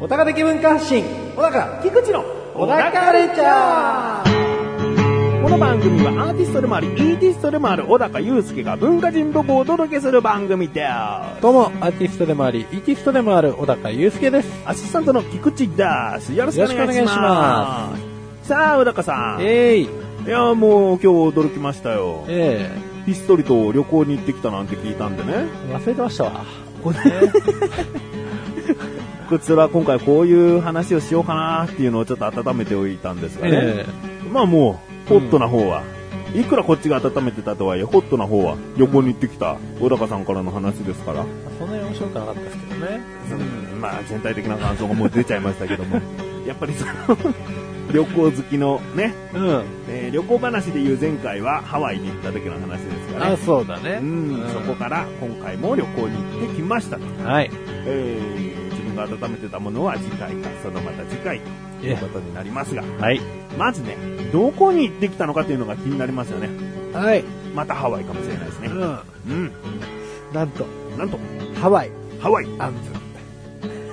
お高的文化発信、小高、菊池の小高レチャーこの番組はアーティストでもあり、イーティストでもある小高祐介が文化人っぽくお届けする番組です。どうも、アーティストでもあり、イーティストでもある小高祐介です。アシスタントの菊池です。よろしくお願いしよろしくお願います。しまさあ、小高さん。えい、いや、もう今日驚きましたよ。えひっそりと旅行に行ってきたなんて聞いたんでねえ。忘れてましたわ。これ、こちら今回こういう話をしようかなっていうのをちょっと温めておいたんですがね。えまあもう、ホットな方は。いくらこっちが温めてたとはいえ、ホットな方は旅行に行ってきた小高さんからの話ですから、えそんなに面白くなかったですけどね。うんまあ全体的な感想がもう出ちゃいましたけども、 やっぱりその旅行好きのね、うん。えー旅行話でいう前回はハワイに行った時の話ですからあ、ね。そうだね。うん、そこから今回も旅行に行ってきましたと。はい。えー自分が温めてたものは次回か、そのまた次回ということになりますが、はい。まずね、どこに行ってきたのかというのが気になりますよね。はい。またハワイかもしれないですね。ううん。ん。なんと、なんと、ハワイ、ハワイ。アン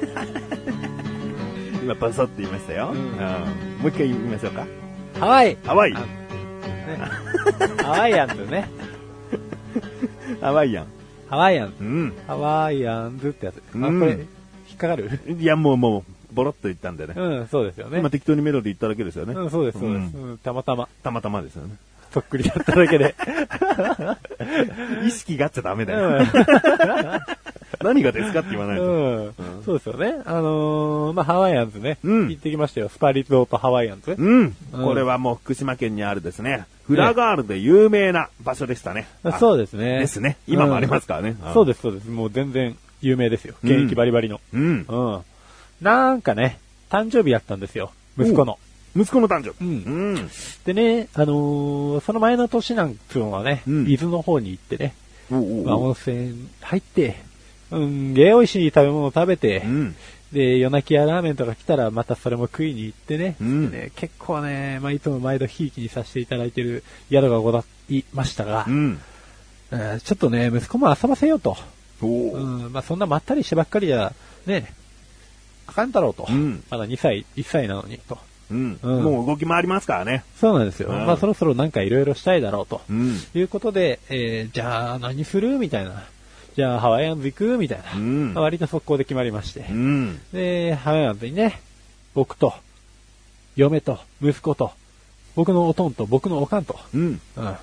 ズ。今、バサッと言いましたよ。うんうんもう一回言いましょうか。ハワイハワイあ。ハワイアンズね。ハワイやん。ハワイアンうズ。ん。ハワイアンズってやつです。あ、こうんれ、引っかかるいや、もうもう、ボロッと言ったんでね。うん、そうですよね今。適当にメロディー言っただけですよね。うん、そうです、そうです。ううん、たまたま、たまたまですよね。そっくりだっただけで。 意識があっちゃダメだよ。う 何がですかって言わないと。ん。うんそうですよね。あのー、まあ、ハワイアンズね。うん行ってきましたよ。スパリゾートハワイアンズ。うん。うんこれはもう福島県にあるですね。フラガールで有名な場所でしたね。あそうですね。ですね。今もありますからね。そうでです、そうです。もう全然有名ですよ。うん現役バリバリの。す。うん。うん。なんかね、誕生日やったんですよ。息子の。息子の誕生日。ううん。でね、あのーその前の年なんつうのはね、うん伊豆の方に行ってね、おうおうまあ、温泉入って、うん、げえ美味しい食べ物食べて、うん。で、夜泣きやラーメンとか来たらまたそれも食いに行ってね、うんでね結構ね、まあ、いつも毎度ひいきにさせていただいてる宿がございましたが、うん。うんちょっとね、息子も遊ばせようと。おう、うんまあそんなまったりしてばっかりじゃ、ね、あかんだろうと。うんまだ2歳、1歳なのに、と。うん。うんもう動き回りますからね。そうなんですよ。うんまあそろそろなんかいろいろしたいだろうと。うん。いうことで、えー、じゃあ何するみたいな。じゃあハワイアンズ行くみたいな。うんまあ割と速攻で決まりましてう。ん。で、ハワイアンズにね、僕と、嫁と、息子と、僕のおとんと、僕のおかんと、うん。うん。ま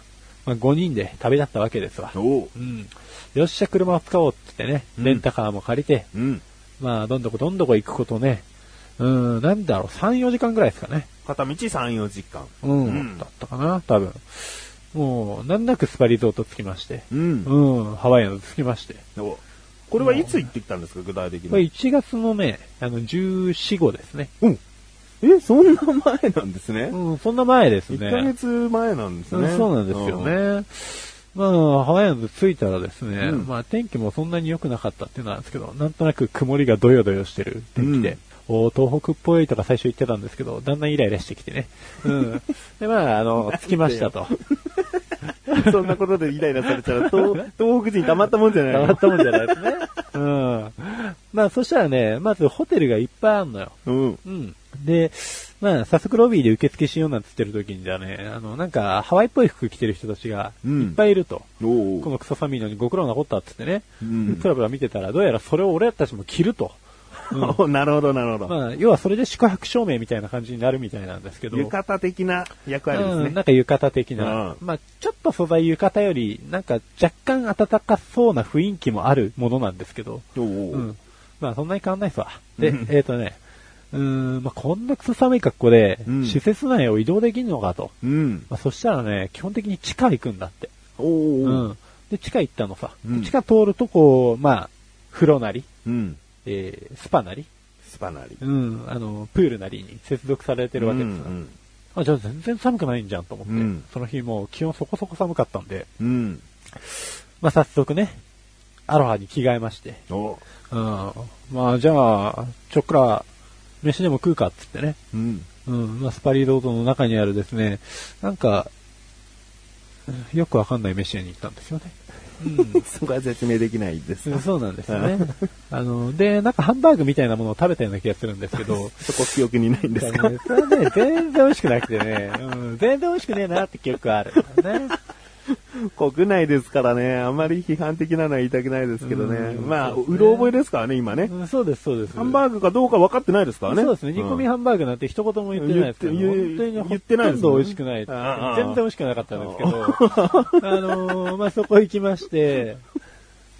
あ5人で旅立ったわけですわ。おううん。よっしゃ、車を使おうって言ってうんね、レンタカーも借りて、うん。まあ、どんどこどんどこ行くことね、うん、なんだろう、3、4時間ぐらいですかね。片道3、4時間。うん。うんだったかな、多分。もう、なんなくスパリゾート着きまして、うん。うん、ハワイアンズ着きまして。おうこれはいつ行ってきたんですか、具体的これに。 1月のね、あの、14、5ですね。うん。え、そんな前なんですね。うん、そんな前ですね。 1ヶ月前なんですうね。んそうなんですよね。まあ、ハワイアンズ着いたらですね、うんまあ天気もそんなに良くなかったっていうのなんですけど、なんとなく曇りがどよどよしてる天気で、おー東北っぽいとか最初言ってたんですけど、だんだんイライラしてきてね。うん。で、まあ、あ の、着きましたと。うん。 そんなことでイライラされたら、 東東北人たまったもんじゃない変わったもんじゃないですね。うん。まあ、そしたらね、まずホテルがいっぱいあんのよ。うん。うん。で、まあ、早速ロビーで受付しようなんて言ってる時にじゃね、あの、なんか、ハワイっぽい服着てる人たちが、うんいっぱいいると。おうこのクソ寒いのにご苦労なこったって言ってね、うんプラプラ見てたら、どうやらそれを俺たちも着ると。 おうなるほど、なるほど。まあ、要はそれで宿泊証明みたいな感じになるみたいなんですけど。浴衣的な役割ですうね。ん、なんか浴衣的な。うまあ、ちょっと素材浴衣より、なんか若干暖かそうな雰囲気もあるものなんですけど。おうう。おうんまあ、そんなに変わんないっすわ。で、うんえっ、とね、うーん、まあ、こんなクソ寒い格好でう、ん施設内を移動できるのかと。うん。まあ、そしたらね、基本的に地下行くんだって。おうおううん。で、地下行ったのさ。うん地下通るとこう、まあ、風呂なり、うん。えースパなり、スパナリ。うん、あの、プールなりに接続されてるわけですよ、うんあ、じゃあ全然寒くないんじゃんと思って、うんその日もう気温そこそこ寒かったんで、うん。まあ早速ね、アロハに着替えまして、うんおううん、まあじゃあ、ちょっくら、飯でも食うかっつってね、うん。うん、まあ、スパリーロードの中にあるですね、なんか、うんよくわかんない飯屋に行ったんですよね。そこは説明できないです。うん、そうなんですよね。あの、で、なんかハンバーグみたいなものを食べたような気がするんですけど、そこ記憶にないんですかね、それはね、全然美味しくなくてね、うん、全然美味しくねえなって記憶が あるんだよね。国内ですからね、あまり批判的なのは言いたくないですけどね。うんまあ、そうですねうろ覚えですからね、今ね。うんそうです、そうです。ハンバーグかどうか分かってないですからね。そうですね。煮込みうんハンバーグなんて一言も言ってないですけど、言って本当に言ってないですねほとんど美味しくない。ああああ全然美味しくなかったんですけど、 あのーまあ、そこ行きまして、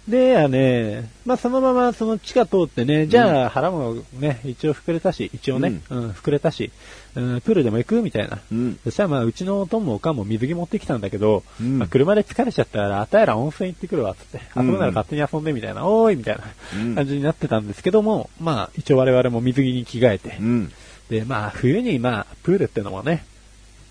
で、やね、まあ、そのままその地下通ってね、じゃあ腹もね、一応膨れたし、一応ね、うん、膨れたし、うん、プールでも行くみたいな。うん。そしたらまあ、うちのおとんもおかんも水着持ってきたんだけど、うんまあ車で疲れちゃったから、あたやら温泉行ってくるわ、つって。う遊んぶなら勝手に遊んでみたいな、おーいみたいうんな感じになってたんですけども、まあ、一応我々も水着に着替えてう、ん。で、まあ、冬にまあ、プールってのもね、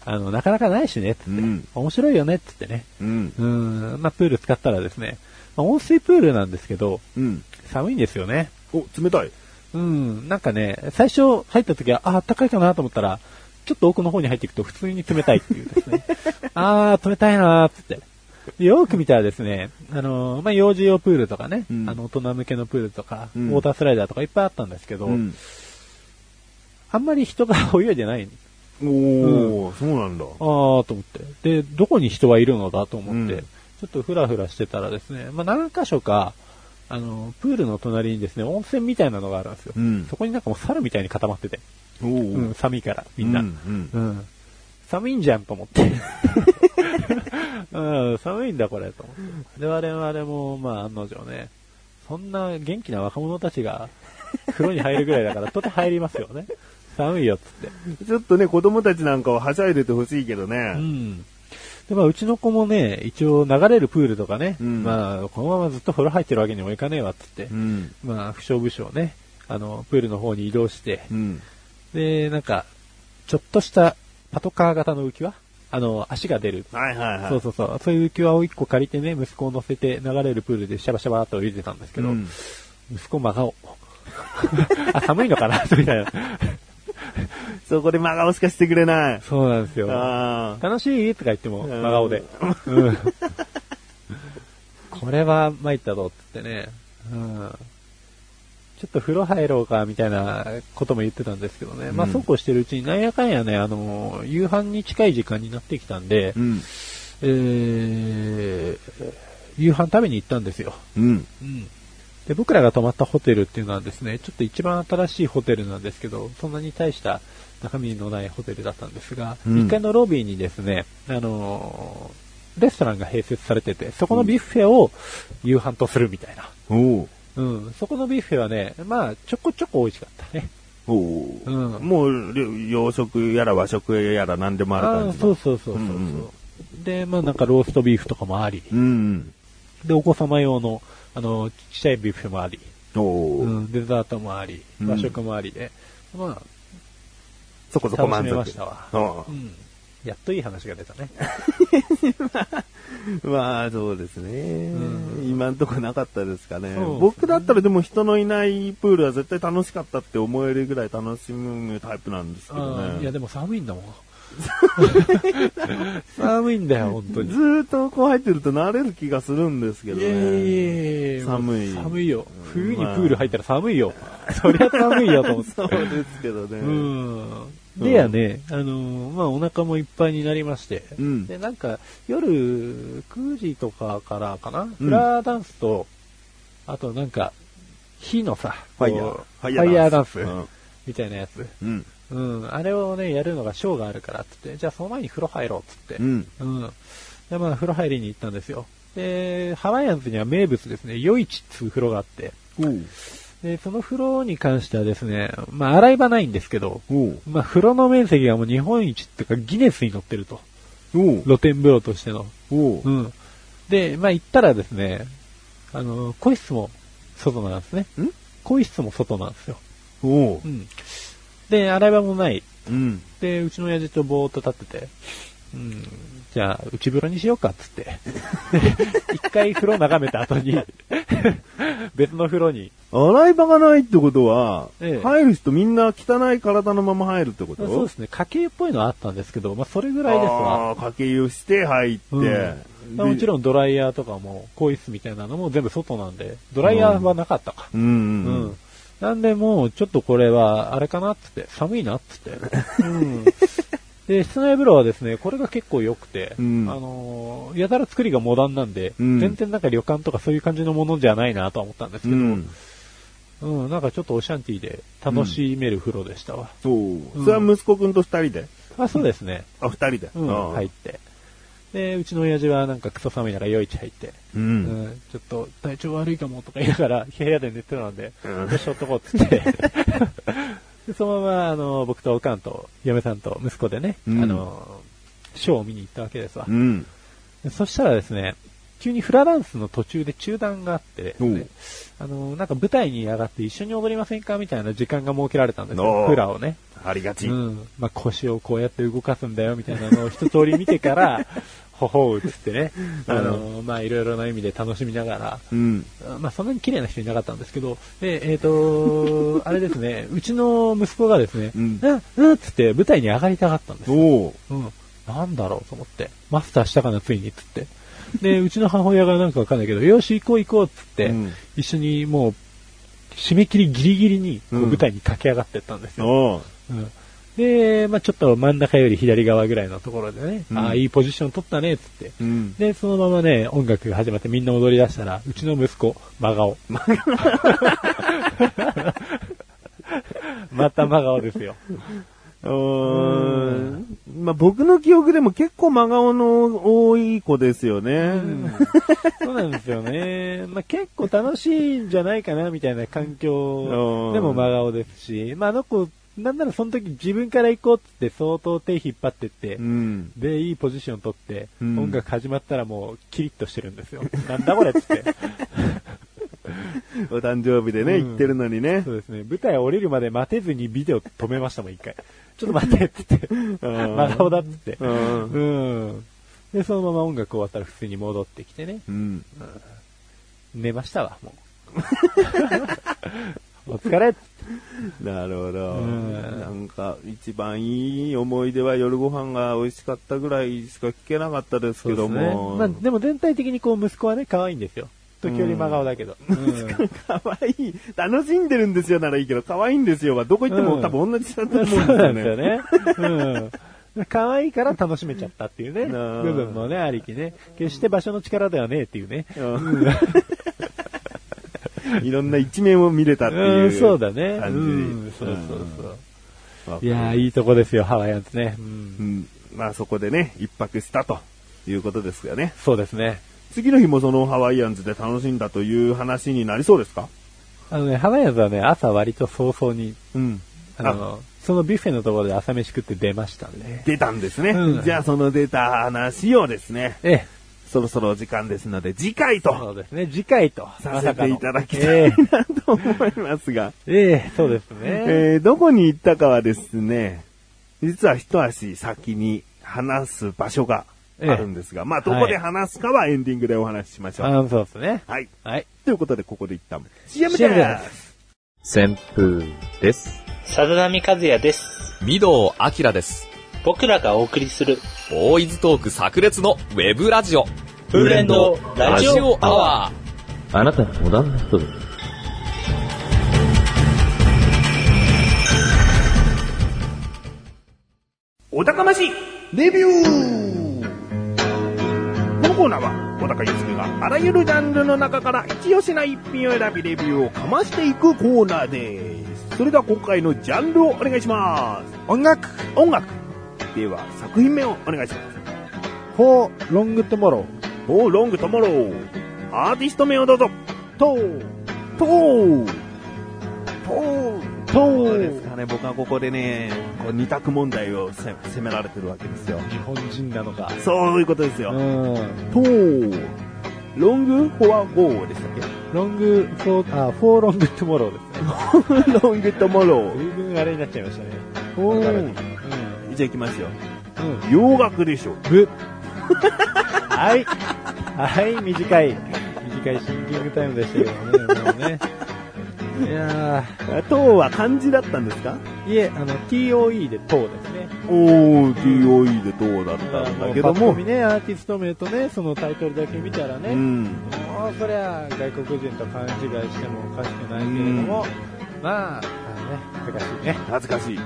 あの、なかなかないしね、つって。うん面白いよね、つってね。うん。うん、まあ、プール使ったらですね、まあ温水プールなんですけど、うん。寒いんですよね。お、冷たい。うん、なんかね、最初入った時は、あ、あったかいかなと思ったら、ちょっと奥の方に入っていくと普通に冷たいっていうですね。 あー、冷たいなーっつって。でよく見たらですね、あのーまあ、幼児用プールとかね、うんあの、大人向けのプールとか、うんウォータースライダーとかいっぱいあったんですけど、うん。あんまり人が泳いでない。おー、そうなんだ。あーと思って。で、どこに人はいるのだと思って、うんちょっとふらふらしてたらですね、まあ、何箇所か、あのー、プールの隣にですね、温泉みたいなのがあるんですよ。うんそこになんかもう猿みたいに固まってて、おーうん、寒いから、みんな。うんうんうん寒いんじゃんと思って。うん、寒いんだこれと思って。で、我々も、まあ、案の定ね、そんな元気な若者たちが風呂に入るぐらいだ から、とて入りますよね。寒いよっつって。ちょっとね、子供たちなんかははしゃいでてほしいけどうね。ん。で、まあ、うちの子もね、一応流れるプールとかね、うんまあ、このままずっと風呂入ってるわけにもいかねえわっつって、ん。まあ、不傷不傷ね、あの、プールの方に移動して、うん。で、なんか、ちょっとしたパトカー型の浮き輪あの、足が出る。はいはいはい。そうそうそう。そういう浮き輪を一個借りてね、息子を乗せて流れるプールでシャバシャバっと泳いでたんですけど、うん息子真顔。 あ、寒いのかな みたいな。そこで真顔しかしてくれない。そうなんですよ。ああ。楽しいとか言ってうも、ん真顔で。うんこれは参ったぞ、つってね。うんちょっと風呂入ろうか、みたいなことも言ってたんですけどね。まあ、うんそうこうしてるうちになんやかんやね、あの、夕飯に近い時間になってきたんで、うん。えー夕飯食べに行ったんですよ。うん。で、僕らが泊まったホテルっていうのはですね、ちょっと一番新しいホテルなんですけど、そんなに大した中身のないホテルだったんですが、うん1階のロビーにですね、あのーレストランが併設されてて、そこのビュッフェを夕飯とするみたいな。おおうん、そこのビュッフェはね、まあ、ちょこちょこ美味しかったね。おおうんもう、りょ洋食やら和食やら何でもあるあ感あじだ。そうそうそうそうそう、うんうんで、まあなんかローストビーフとかもあり、うん。で、お子様用の、あの、ちっちゃいビュッフェもあり、おお、うん、デザートもあり、うん和食もありで、まそこそこ満足。楽しめましたわわあ、うん、やっといい話が出たね。まあ、そうですね。うん今んとこなかったですかねそうですね僕だったらでも人のいないプールは絶対楽しかったって思えるぐらい楽しむタイプなんですけどあね。ーいや、でも寒いんだもん。寒いんだよ、本当に。ずーっとこう入ってると慣れる気がするんですけどいやいやね。いやいや寒い寒いよ。冬にプール入ったら寒いよ。そりゃ寒いよ、と思って。そうですけどね。 うん。でやね、あのーまあ、お腹もいっぱいになりまして、うんで、なんか、夜9時とかからかな、うんフラダンスと、あとなんか、火のさ、ファイヤこーう。ファイヤーダンス、うんみたいなやつ。うん。うん、あれをね、やるのがショーがあるからっつって、じゃあその前に風呂入ろうっつって、うん。うん。で、まあ、風呂入りに行ったんですよ。で、ハワイアンズには名物ですね、夜市っつう風呂があって、おうで、その風呂に関してはですね、まあ、洗い場ないんですけど、おうまあ、風呂の面積がもう日本一っていうかギネスに載ってると。おう露天風呂としての。おううん。で、まあ行ったらですね、あの、更衣室も外なんですね。ん更衣室も外なんですよ。おううん。で、洗い場もない。うん。で、うちの親父とぼーっと立ってて、うん、じゃあ、内風呂にしようか、っつって。一回風呂眺めた後に、別の風呂に。洗い場がないってことは、ええ入る人みんな汚い体のまま入るってことそうですね、家計っぽいのはあったんですけど、まあ、それぐらいですわ。ああ、掛け湯して入って。うんまあもちろんドライヤーとかも、更衣室みたいなのも全部外なんで、ドライヤーはなかったか。ん。うんううん。ん。なんでもう、ちょっとこれは、あれかなっつって、寒いなっつって。うん。で、室内風呂はですね、これが結構良くて、うんあのーやたら作りがモダンなんで、うん全然なんか旅館とかそういう感じのものじゃないなとは思ったんですけど、うんうん、なんかちょっとオシャンティーで楽しめる風呂でしたわ。そう、うんそれは息子くんと二人で。あ、そうですね。あ、二人で。うん、ああ入っ。て。で、うちの親父はなんかクソ寒い中、夜市入って、う。うんん、ちょっと体調悪いかもとか言いな がら、部屋で寝てたんで、うんよし、ほっとこうっつって。 でそのまま、あの、僕とおかんと、嫁さんと息子でね、うんあの、ショーを見に行ったわけですわう。ん。でそしたらですね、急にフラダンスの途中で中断があってですね、あの、なんか舞台に上がって一緒に踊りませんかみたいな時間が設けられたんですおよ。ーフラをね。ありがち。うん。まあ、腰をこうやって動かすんだよ、みたいなのを一通り見て から、ほほう、つってね。あの、まあ、いろいろな意味で楽しみながうん。ら、まあ、そんなに綺麗な人いなかったんですけど、で、えっ、と、 あれですね、うちの息子がですね、うんうん、うん、つって舞台に上がりたかったんです。おう。うん。なんだろうと思って。マスターしたかな、ついに、つって。 で、うちの母親がなんかわかんないけど、よし、行こう行こう、つって、うん一緒にもう、締め切りギリギリに、こううん舞台に駆け上がってったんですよ。おう。うんで、まあちょっと真ん中より左側ぐらいのところでね、うんああ、いいポジション取ったね、つって。うん。で、そのままね、音楽が始まってみんな踊り出したら、うちの息子、真顔。また真顔ですよ。うーんまあ、僕の記憶でも結構真顔の多い子ですよね。そうなんですよね。まあ、結構楽しいんじゃないかな、みたいな環う境んでも真顔ですし、まあ、あの子、なんならその時自分から行こうってって相当手引っ張ってって、うん。で、いいポジション取って、うん音楽始まったらもうキリッとしてるんですよ。なんだこれっつって。お誕生日でね、うん行ってるのにねそ。うですね。舞台降りるまで待てずにビデオ止めましたもん、一回。ちょっと待ってっつって。ん真顔だっつって。うん。うん。で、そのまま音楽終わったら普通に戻ってきてね。うん。寝ましたわ、も う。お疲れっつってなるほど。うんなんか、一番いい思い出は夜ご飯が美味しかったぐらいしか聞けなかったですけども。まあ、でも全体的にこう息子はね、可愛いんですよ。時折真顔だけど。うん可愛い楽しんでるんですよならいいけど、可愛いんですよは、どこ行っても、うん多分同じだと思うんですそよね。うなんですよね。うん。可愛いから楽しめちゃったっていうね、なあ部分もね、ありきね。決して場所の力ではねえっていうね。うん。いろんな一面を見れたっていうう。ん、そうだね。う感じん、そうそうそうう。んいやー、いいとこですよ、ハワイアンズね。う。うんん。まあそこでね、一泊したということですよね。そうですね。次の日もそのハワイアンズで楽しんだという話になりそうですかあのね、ハワイアンズはね、朝割と早々に、うん。あの、そのビュッフェのところで朝飯食って出ましたんで。出たんですね。うんじゃあその出た話をですね、ええ、そろそろお時間ですので、次回とそうですね。次回と。させていただきまさかたのえいなと思いますが、えええそうですね。えーどこに行ったかはですね、実は一足先に話す場所があるんですが、まあどこで話すかはエンディングでお話ししましょう。あそうですね。はい。はい。ということで、ここで一旦 CM で CM ーです旋風です。さざ波和也です。御堂明です。僕らがお送りする、ボーイズトーク炸裂のウェブラジオ。フレンドラジオアワー。ー。あなたがモダンな人です。お高ましいレビューこのコーナーは、小高祐介があらゆるジャンルの中から一押しな一品を選びレビューをかましていくコーナーです。それでは今回のジャンルをお願いします。音楽音楽では作品名をお願いします。 For Long Tomorrow。おーロングトモローアーティスト名をどうぞとととどうですかね僕はここでね、こう二択問題をせ責められてるわけですよ。日本人なのか。そういうことですうよ。ん。とロングフォアゴーでしたっロング、フォー、あ、フォーロングトゥモローですね。け ロングトモロー。随分あれになっちゃいましたね。おうん。じゃあ行きますよ。う洋楽でしょ。ぶはい。はい、短い。短いシンキングタイムでしたけどね、もうね。いや党は漢字だったんですかーいえ、あの、TOE で党ですね。おー、TOE で党だったんだけどパッとも見、ね、アーティスト名とね、そのタイトルだけ見たらね、うん。もうそりゃ外国人と勘違いしてもおかしくないけれども、まあ、あのね、恥ずかしいね。恥ずかしい。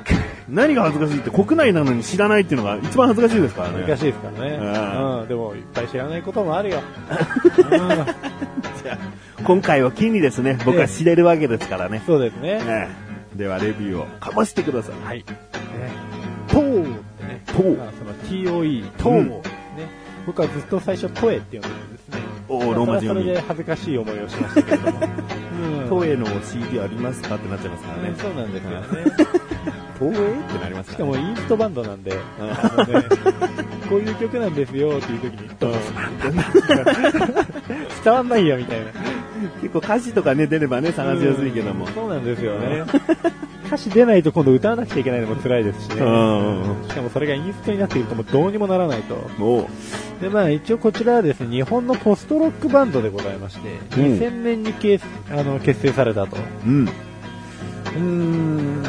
何が恥ずかしいって国内なのに知らないっていうのが一番恥ずかしいですから恥ずね。かしいですからね。うんうん、でもいっぱい知らないこともあるよ。 じゃあ今回を機にですね、僕は知れるわけですからね。そうですね。ねええではレビューをかましてください。はい。党でね党まあその TOE、党トーをね、僕はずっと最初、トエって呼んでるんですね。おまーあローマ字そ読れはそれみで。恥ずかしい思いをしましたけ れども。うん東映の CD ありますかってなっちゃいますからうねん。そうなんですよね。 東映ってなりますしかからね。もインストバンドなんで、あのねこういう曲なんですよっていう時に、伝わんないよみたいな。結構歌詞とかね、出ればね、探しやすいけども。そうなんですよね。歌詞出ないと今度歌わなくちゃいけないのも辛いですしね。うんうんうんしかもそれがインストになっているともうどうにもならないと。おうで、まあ一応こちらはですね、日本のポストロックバンドでございまして、うん2000年に結あの結成されたと。うん。うーん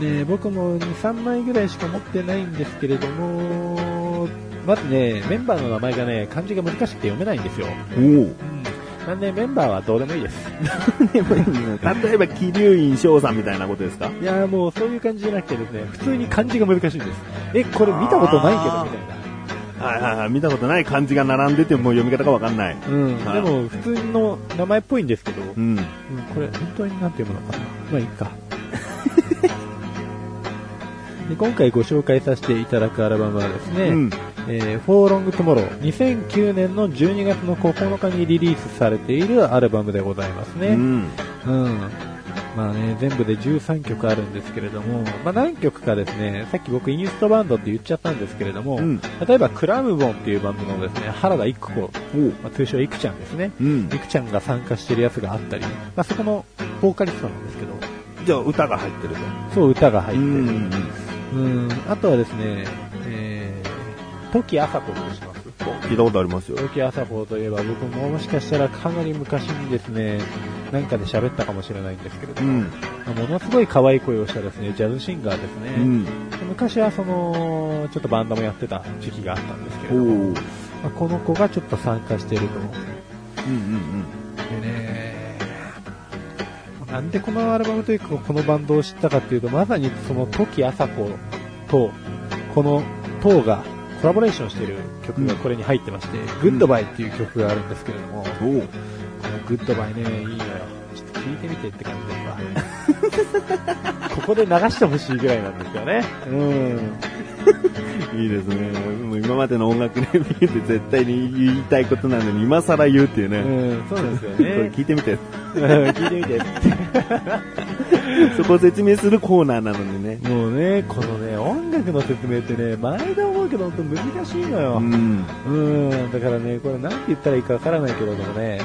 でね、僕も2、3枚ぐらいしか持ってないんですけれども、まずね、メンバーの名前がね、漢字が難しくて読めないんですよ。おうなんでメンバーはどうでもいいです。例えば、桐生院翔さんみたいなことですか いやーもうそういう感じじゃなくてですね、普通に漢字が難しいんです。え、これ見たことないけどみたいな。はいはいはい。見たことない漢字が並んでても読み方がわかんない。うん、はいでも普通の名前っぽいんですけど、うんうん。これ本当になんて読むのかな。まあいいか。 で今回ご紹介させていただくアルバムはですね、うん。えー、For Long Tomorrow 2009年の12月の9日にリリースされているアルバムでございますうね。ん。うん。まあね、全部で13曲あるんですけれども、まあ何曲かですね、さっき僕インストバンドって言っちゃったんですけれども、うん例えばクラムボンっていうバンドのですね、原田一子、おうまあ、通称イクちゃんですね。うんイ。クちゃんが参加してるやつがあったり、まあそこのボーカリストなんですけど、じゃあ、歌が入ってると。そう歌が入ってうる。ん。うんあとはですね、えー、トキアサコとします。聞いたことありますよ。ロキアサポーといえば僕ももしかしたらかなり昔にですね、なんかで喋ったかもしれないんですけれどうも、ん。ものすごい可愛い声をしたですね、ジャズシンガーですね。うん。昔はその、ちょっとバンドもやってた時期があったんですけれおうどうも、んまあこの子がちょっと参加していると。うんでね、なんでこのアルバムというかこのバンドを知ったかっていうと、まさにそのトキアサコと、このトがコラボレーションしている曲がこれに入ってまして、グッドバイっていう曲があるんですけれども、うん。おうグッドバイね、いいのよ。ちょっと聞いてみてって感じです わ。ここで流してほしいぐらいなんですよね。うん。いいですね。もう今までの音楽レビューで絶対に言いたいことなのに、今更言うっていうね。うん、そうですよそれね。聞いてみて。うん 聞いてみてそこを説明するコーナーなのにね。もうね、このね、音楽の説明ってね、毎度思うけど本当難しいのうよ。ん。うん、だからね、これなんて言ったらいいかわからないけれどもね、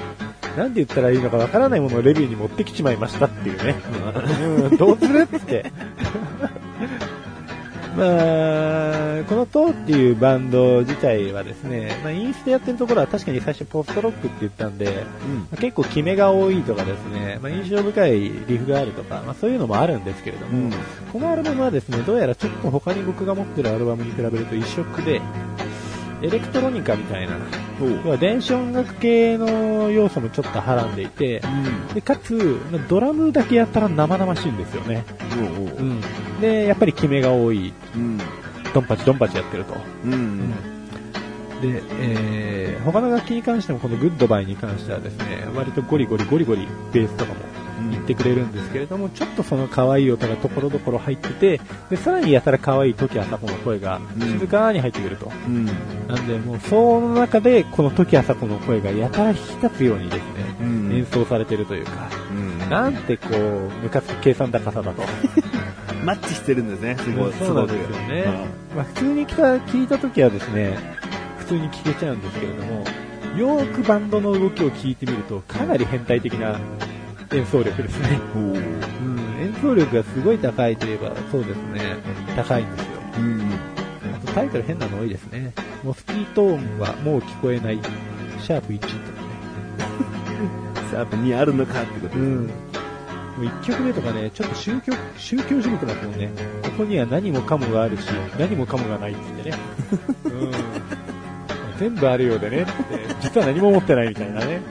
なんて言ったらいいのかわからないものをレビューに持ってきちまいましたっていうね。うん、どうするっつって。 まあ、このトーっていうバンド自体はですね、まあ、インスタやってるところは確かに最初ポストロックって言ったんで、まあ結構キメが多いとかですね、まあ、印象深いリフがあるとか、まあ、そういうのもあるんですけれどうも、ん。このアルバムはですね、どうやらちょっと他に僕が持ってるアルバムに比べると異色で、エレクトロニカみたいな、おう。要は電子音楽系の要素もちょっとはらんでいて、でかつ、まあドラムだけやったら生々しいんですよね。うん。おうおう。で、やっぱりキメが多い、うん。ドンパチドンパチやってると。うん。で、えー、他の楽器に関してもこのグッドバイに関してはですね、割とゴリゴリゴリゴリベースとかもうん言ってくれるんですけれども、ちょっとその可愛い音がところどころ入ってて、で、さらにやたら可愛い時あさこの声がうん静かに入ってくると。うん。なんで、もう騒音の中でこの時あさこの声がやたら引き立つようにですうん。ね、演奏されてるというか、うんなんてこう、ムカつく計算高さだと。マッチしてるんですね、すごい。そうなんですよね。 まあ、普通に来た聞いた時はですね、普通に聞けちゃうんですけれども、よーくバンドの動きを聞いてみると、かなり変態的な演奏力ですね。すごい。うんおううん、演奏力がすごい高いといえば、そうですね、高いんですよ。うん。あとタイトル変なの多いですね。モスキート音はもう聞こえない。シャープ1とかね。さあ、にあるのかってことう。ん。もう1曲目とかね、ちょっと宗教、宗教地獄だったもんね。ここには何もかもがあるし、何もかもがないって言ってね。うん。全部あるようでねって、実は何も持ってないみたいなね。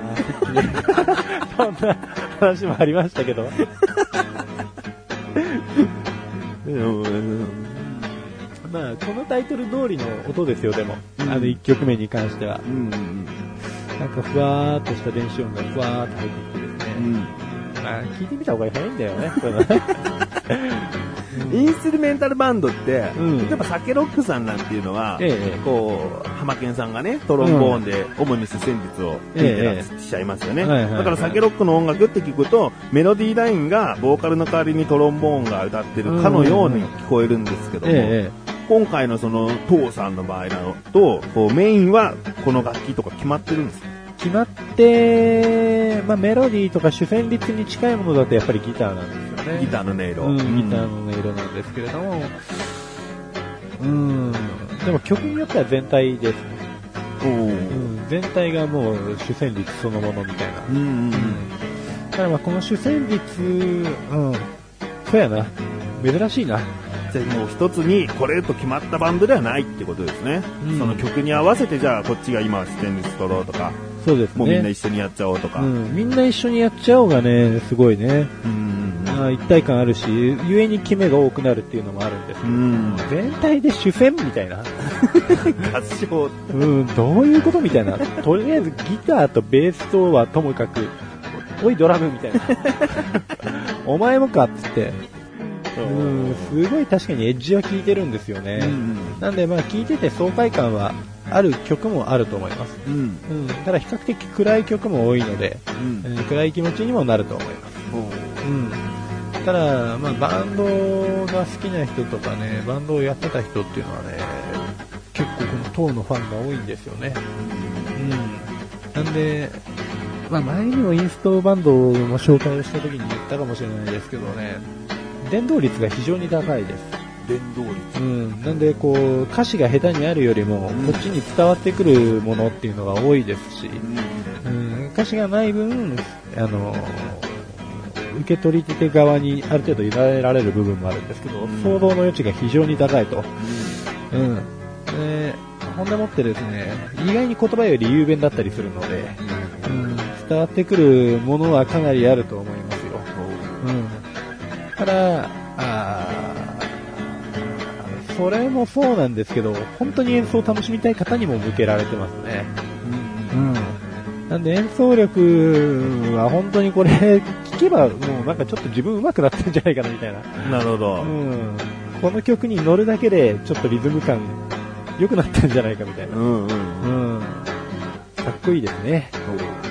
あー そんな話もありましたけど。うん。まあ、このタイトル通りの音ですよ、でも。あの1曲目に関しては。うん。なんかふわーっとした電子音がふわーっと入ってきてですね。まあ、聞いてみた方が早いんだよ ね、このインストゥルメンタルバンドって、うん例えばサケロックさんなんていうのは、ええこう、ハマケンさんがね、トロンボーンで主に主戦術を弾いてらっしゃいますよね。ええはいはいはいだからサケロックの音楽って聞くと、メロディーラインがボーカルの代わりにトロンボーンが歌ってるかのように聞こえるんですけども、え今回のその、父さんの場合なのと、こうメインはこの楽器とか決まってるんですよえ、決まって、まあ、メロディーとか主旋律に近いものだとやっぱりギターなんですよね。ギターの音色。うん、ギターー。の音色なんですけれども、うん、でも曲によっては全体です、おうーん、全体がもう主旋律そのものみたいなうんうんうんだからまあこの主戦術、うん、そうやな、珍しいな。じゃあもう一つにこれと決まったバンドではないってことですね、うんその曲に合わせてじゃあこっちが今ステンレス取ろうとかそうですね。もうみんな一緒にやっちゃおうとか、うん、みんな一緒にやっちゃおうがね、すごいね。うんあー一体感あるし、ゆえに決めが多くなるっていうのもあるんですう。ん全体で主戦みたいな。合唱うん、どういうことみたいな。とりあえずギターとベースとはともかく、おいドラムみたい な。お前もかっつって。うん、すごい確かにエッジは効いてるんですよね。なんでまあ聴いてて爽快感はある曲もあると思います。うんうん、ただ比較的暗い曲も多いので、うんえー暗い気持ちにもなると思います。うん、ただ、まあ、バンドが好きな人とかね、バンドをやってた人っていうのはね、結構この当のファンが多いんですよね。うん、なんで、まあ、前にもインストバンドの紹介をした時に言ったかもしれないですけどね、伝導率が非常に高いです。電動率うん、なんでこう歌詞が下手にあるよりもこっちに伝わってくるものっていうのが多いですし、うん、歌詞がない分あの受け取り手側にある程度委ねられる部分もあるんですけど、うん想像の余地が非常に高いと、うんでほんでもってですね意外に言葉より雄弁だったりするので、うん、伝わってくるものはかなりあると思いますよ。うん、ただあーそれもそうなんですけど本当に演奏を楽しみたい方にも向けられてますね、うんなんで演奏力は本当にこれ聞けばもうなんかちょっと自分上手くなってるんじゃないかなみたいな、なるほど、うん、この曲に乗るだけでちょっとリズム感良くなってるんじゃないかみたいな、うんうんうん、かっこいいですね、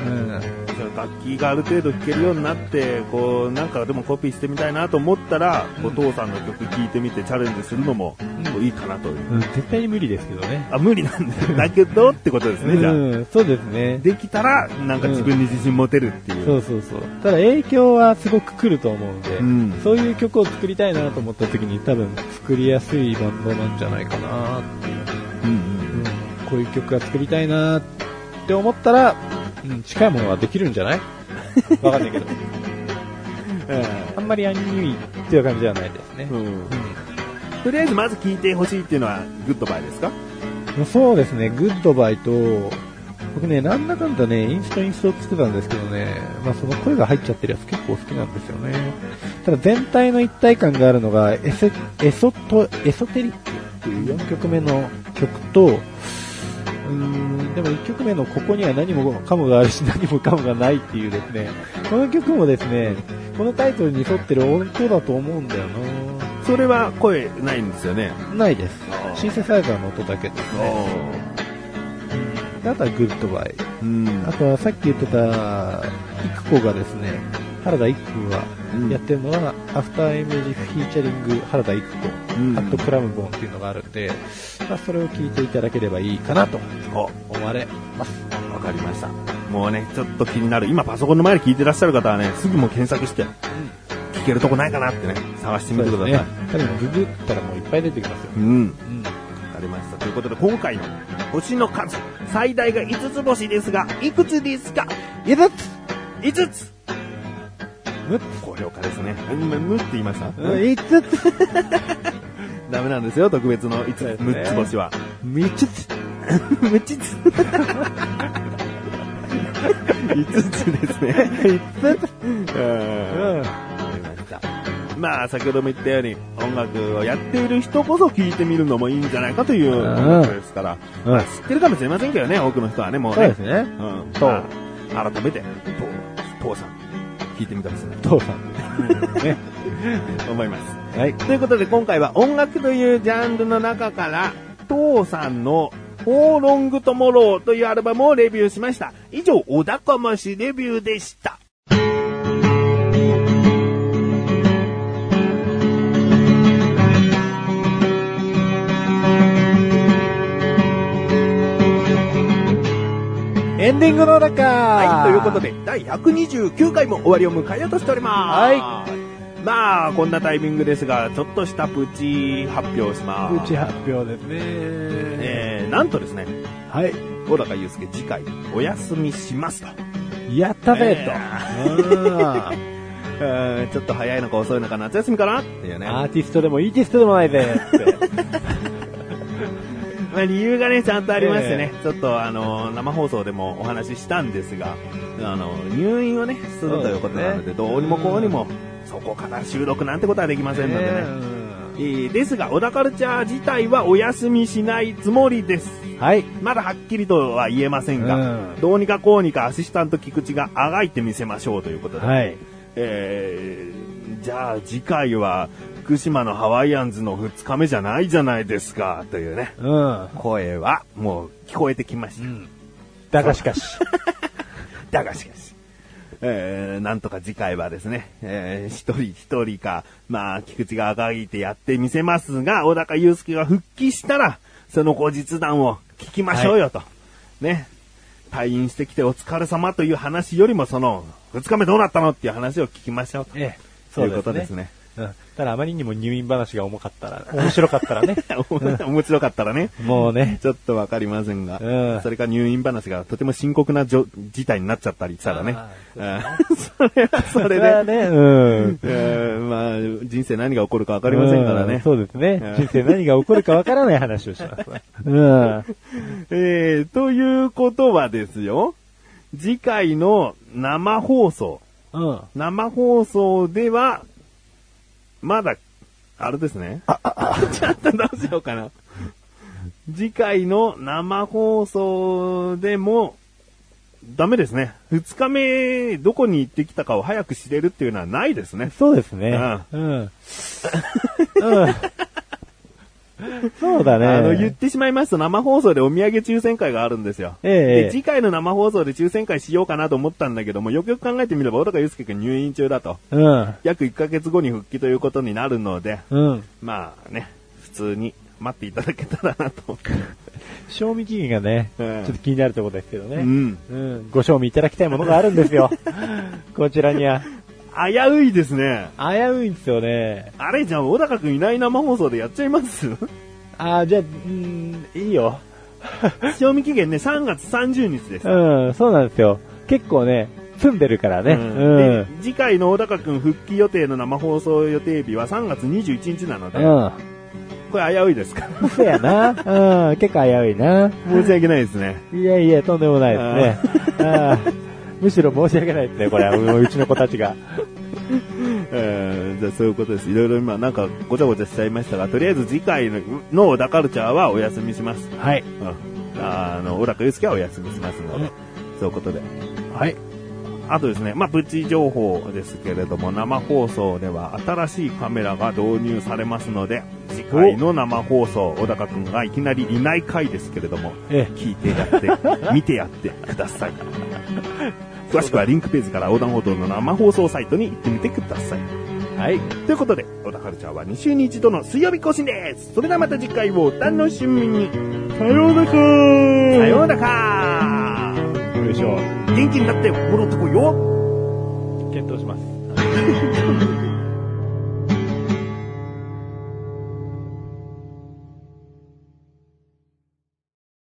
うんじゃあ楽器がある程度弾けるようになってこうなんかでもコピーしてみたいなと思ったら、お父さんの曲聴いてみてチャレンジするのも、こういいかなといううん、絶対に無理ですけどねあ無理なんだだけどってことですね、じゃあうん、そうですねできたら、なんか自分に自信持てるっていう。そうそうそう。ただ影響はすごく来ると思うんで、うんそういう曲を作りたいなと思った時に多分作りやすいバンドなんじゃないかなっていう、うんこういう曲が作りたいなって思ったら、うん、近いものはできるんじゃないわかんないけど。うんあんまりアンニュイっていう感じではないですね。とりあえずまず聞いてほしいっていうのは、グッドバイですかそうですね、グッドバイと、僕ね、なんだかんだね、インストインストを作ったんですけどね、まあその声が入っちゃってるやつ結構好きなんですよね。ただ全体の一体感があるのが、エセエソと、エソテリックっていう4曲目の曲と、うーん、でも1曲目のここには何もかもがあるし 何もかもがないっていうですね、この曲もですね、このタイトルに沿ってる音符だと思うんだよそれは声ないんですよね。なないです。あシンセサイザーの音だけですね。あとはグッドバイ。うん。あとはさっき言ってた、育子がですね、原田育子がやってるのは、アフターエムジフィーチャリング原田育子、うんハットクラムボンっていうのがあるんで、まあ、それを聞いていただければいいかなとお思われます。わかりました。もうね、ちょっと気になる。今パソコンの前で聞いてらっしゃる方はね、すぐもう検索して、聞けるとこないかなってね、探してみてください。多分ググったらもういっぱい出てきますよ。うん。うん。されました。ということで、今回の星の数、最大が5つ星ですが、いくつですかいざつ ?5 つ高評価ですね。うんむって言いました、いつつダメなんですよ、特別の5つ、6つ星は。みちつむ ちつ。5つですね。 いつつうん思いました。まあ、先ほども言ったように、音楽をやっている人こそ聴いてみるのもいいんじゃないかといううんことですから、うんまあ知ってるかもしれませんけどね、多くの人はね、もうそうね。ですね。うん。とまあ改めて、父さん、聴いてみたいですね。父さん。と 思います。はい。ということで、今回は音楽というジャンルの中から、父さんの For Long Tomorrow というアルバムをレビューしました。以上、小高ましレビューでした。エンディングの中は、はいということで、第129回も終わりを迎えようとしております。はい。まあ、こんなタイミングですが、ちょっとしたプチ発表をします。うち発表ですね。えー、なんとですね、はい。小高祐介次回お休みしますと。やったぜと。えあ ーえーちょっと早いのか遅いのか夏休みかなっていうね。アーティストでもイーティストでもないぜって。まあ、理由がね、ちゃんとありましてね、ちょっとあの、生放送でもお話ししたんですが、あの、入院をね、するということなので、そうですねどうにもこうにも、そこから収録なんてことはできませんのでね。えーですが、小田カルチャー自体はお休みしないつもりです。はい。まだはっきりとは言えませんが、うんどうにかこうにかアシスタント菊池があがいてみせましょうということで、はい。えーじゃあ次回は福島のハワイアンズの2日目じゃないじゃないですか、というね、うん。声はもう聞こえてきました。だが しかし。だがしかし、えー、なんとか次回はですね、えー、一人一人か、まあ、菊池が赤いてやってみせますが、小高祐介が復帰したら、その後日談を聞きましょうよと。ね。退院してきてお疲れ様という話よりも、その、二日目どうなったのっていう話を聞きましょうと。 ええ。そういうことです。ね。うん。ただあまりにも入院話が重かったら、面白かったらね。面白かったらね。 もうね。ちょっとわかりませんが、うんそれか入院話がとても深刻なじょ事態になっちゃったりしたらねあ、うん それはそれそれはで、ね、うん。えーまあ、人生何が起こるか分かりませんからうね。そうですね。うん人生何が起こるかわからない話をしま す。うん。えーということはですよ、次回の生放送、うん。生放送では、まだ、あれですね。 ちょっとどうしようかな。次回の生放送でも、ダメですね。二日目、どこに行ってきたかを早く知れるっていうのはないですね。そうですね。うん。 うん。そうだね。あの、言ってしまいますと生放送でお土産抽選会があるんですよ。ええで、次回の生放送で抽選会しようかなと思ったんだけども、よくよく考えてみれば、小高祐介君入院中だと。うん。約1ヶ月後に復帰ということになるので、うん。まあね、普通に待っていただけたらな と。賞味期限がね、ちうんょっと気になるところですけどうね。ん。うん。ご賞味いただきたいものがあるんですよ。 こちらには。危ういですね。危ういんですよね。あれじゃあ、小高くんいない生放送でやっちゃいます あーじゃあ、うん、いいよ。賞味期限ね、3月30日です。うん、そうなんですよ。結構ね、積んでるからね。うんうでん。次回の小高くん復帰予定の生放送予定日は3月21日なので、うん。これ危ういですからそうやな。うん、結構危ういな。申し訳ないですね。いやいや、とんでもないですね。あーむしろ申し訳ないですね、これは。ううちの子たちが。えーじゃあそういうことです。いろいろ今なんかごちゃごちゃしちゃいましたが、とりあえず次回のの小高カルチャーはお休みします。はい。うんあの、小高祐介はお休みしますので、そういうことで。はい。あとですね、まあ、プチ情報ですけれども、生放送では新しいカメラが導入されますので、次回の生放送、小高くんがいきなりいない回ですけれども、え聞いてやっ て、見てやってください。詳しくはリンクページから横断歩道の生放送サイトに行ってみてください。はい。ということで、小田カルチャーは2週に一度の水曜日更新です。それではまた次回をお楽しみに。さようならさようならよいしょ。元気になって戻ってこいよ検討します。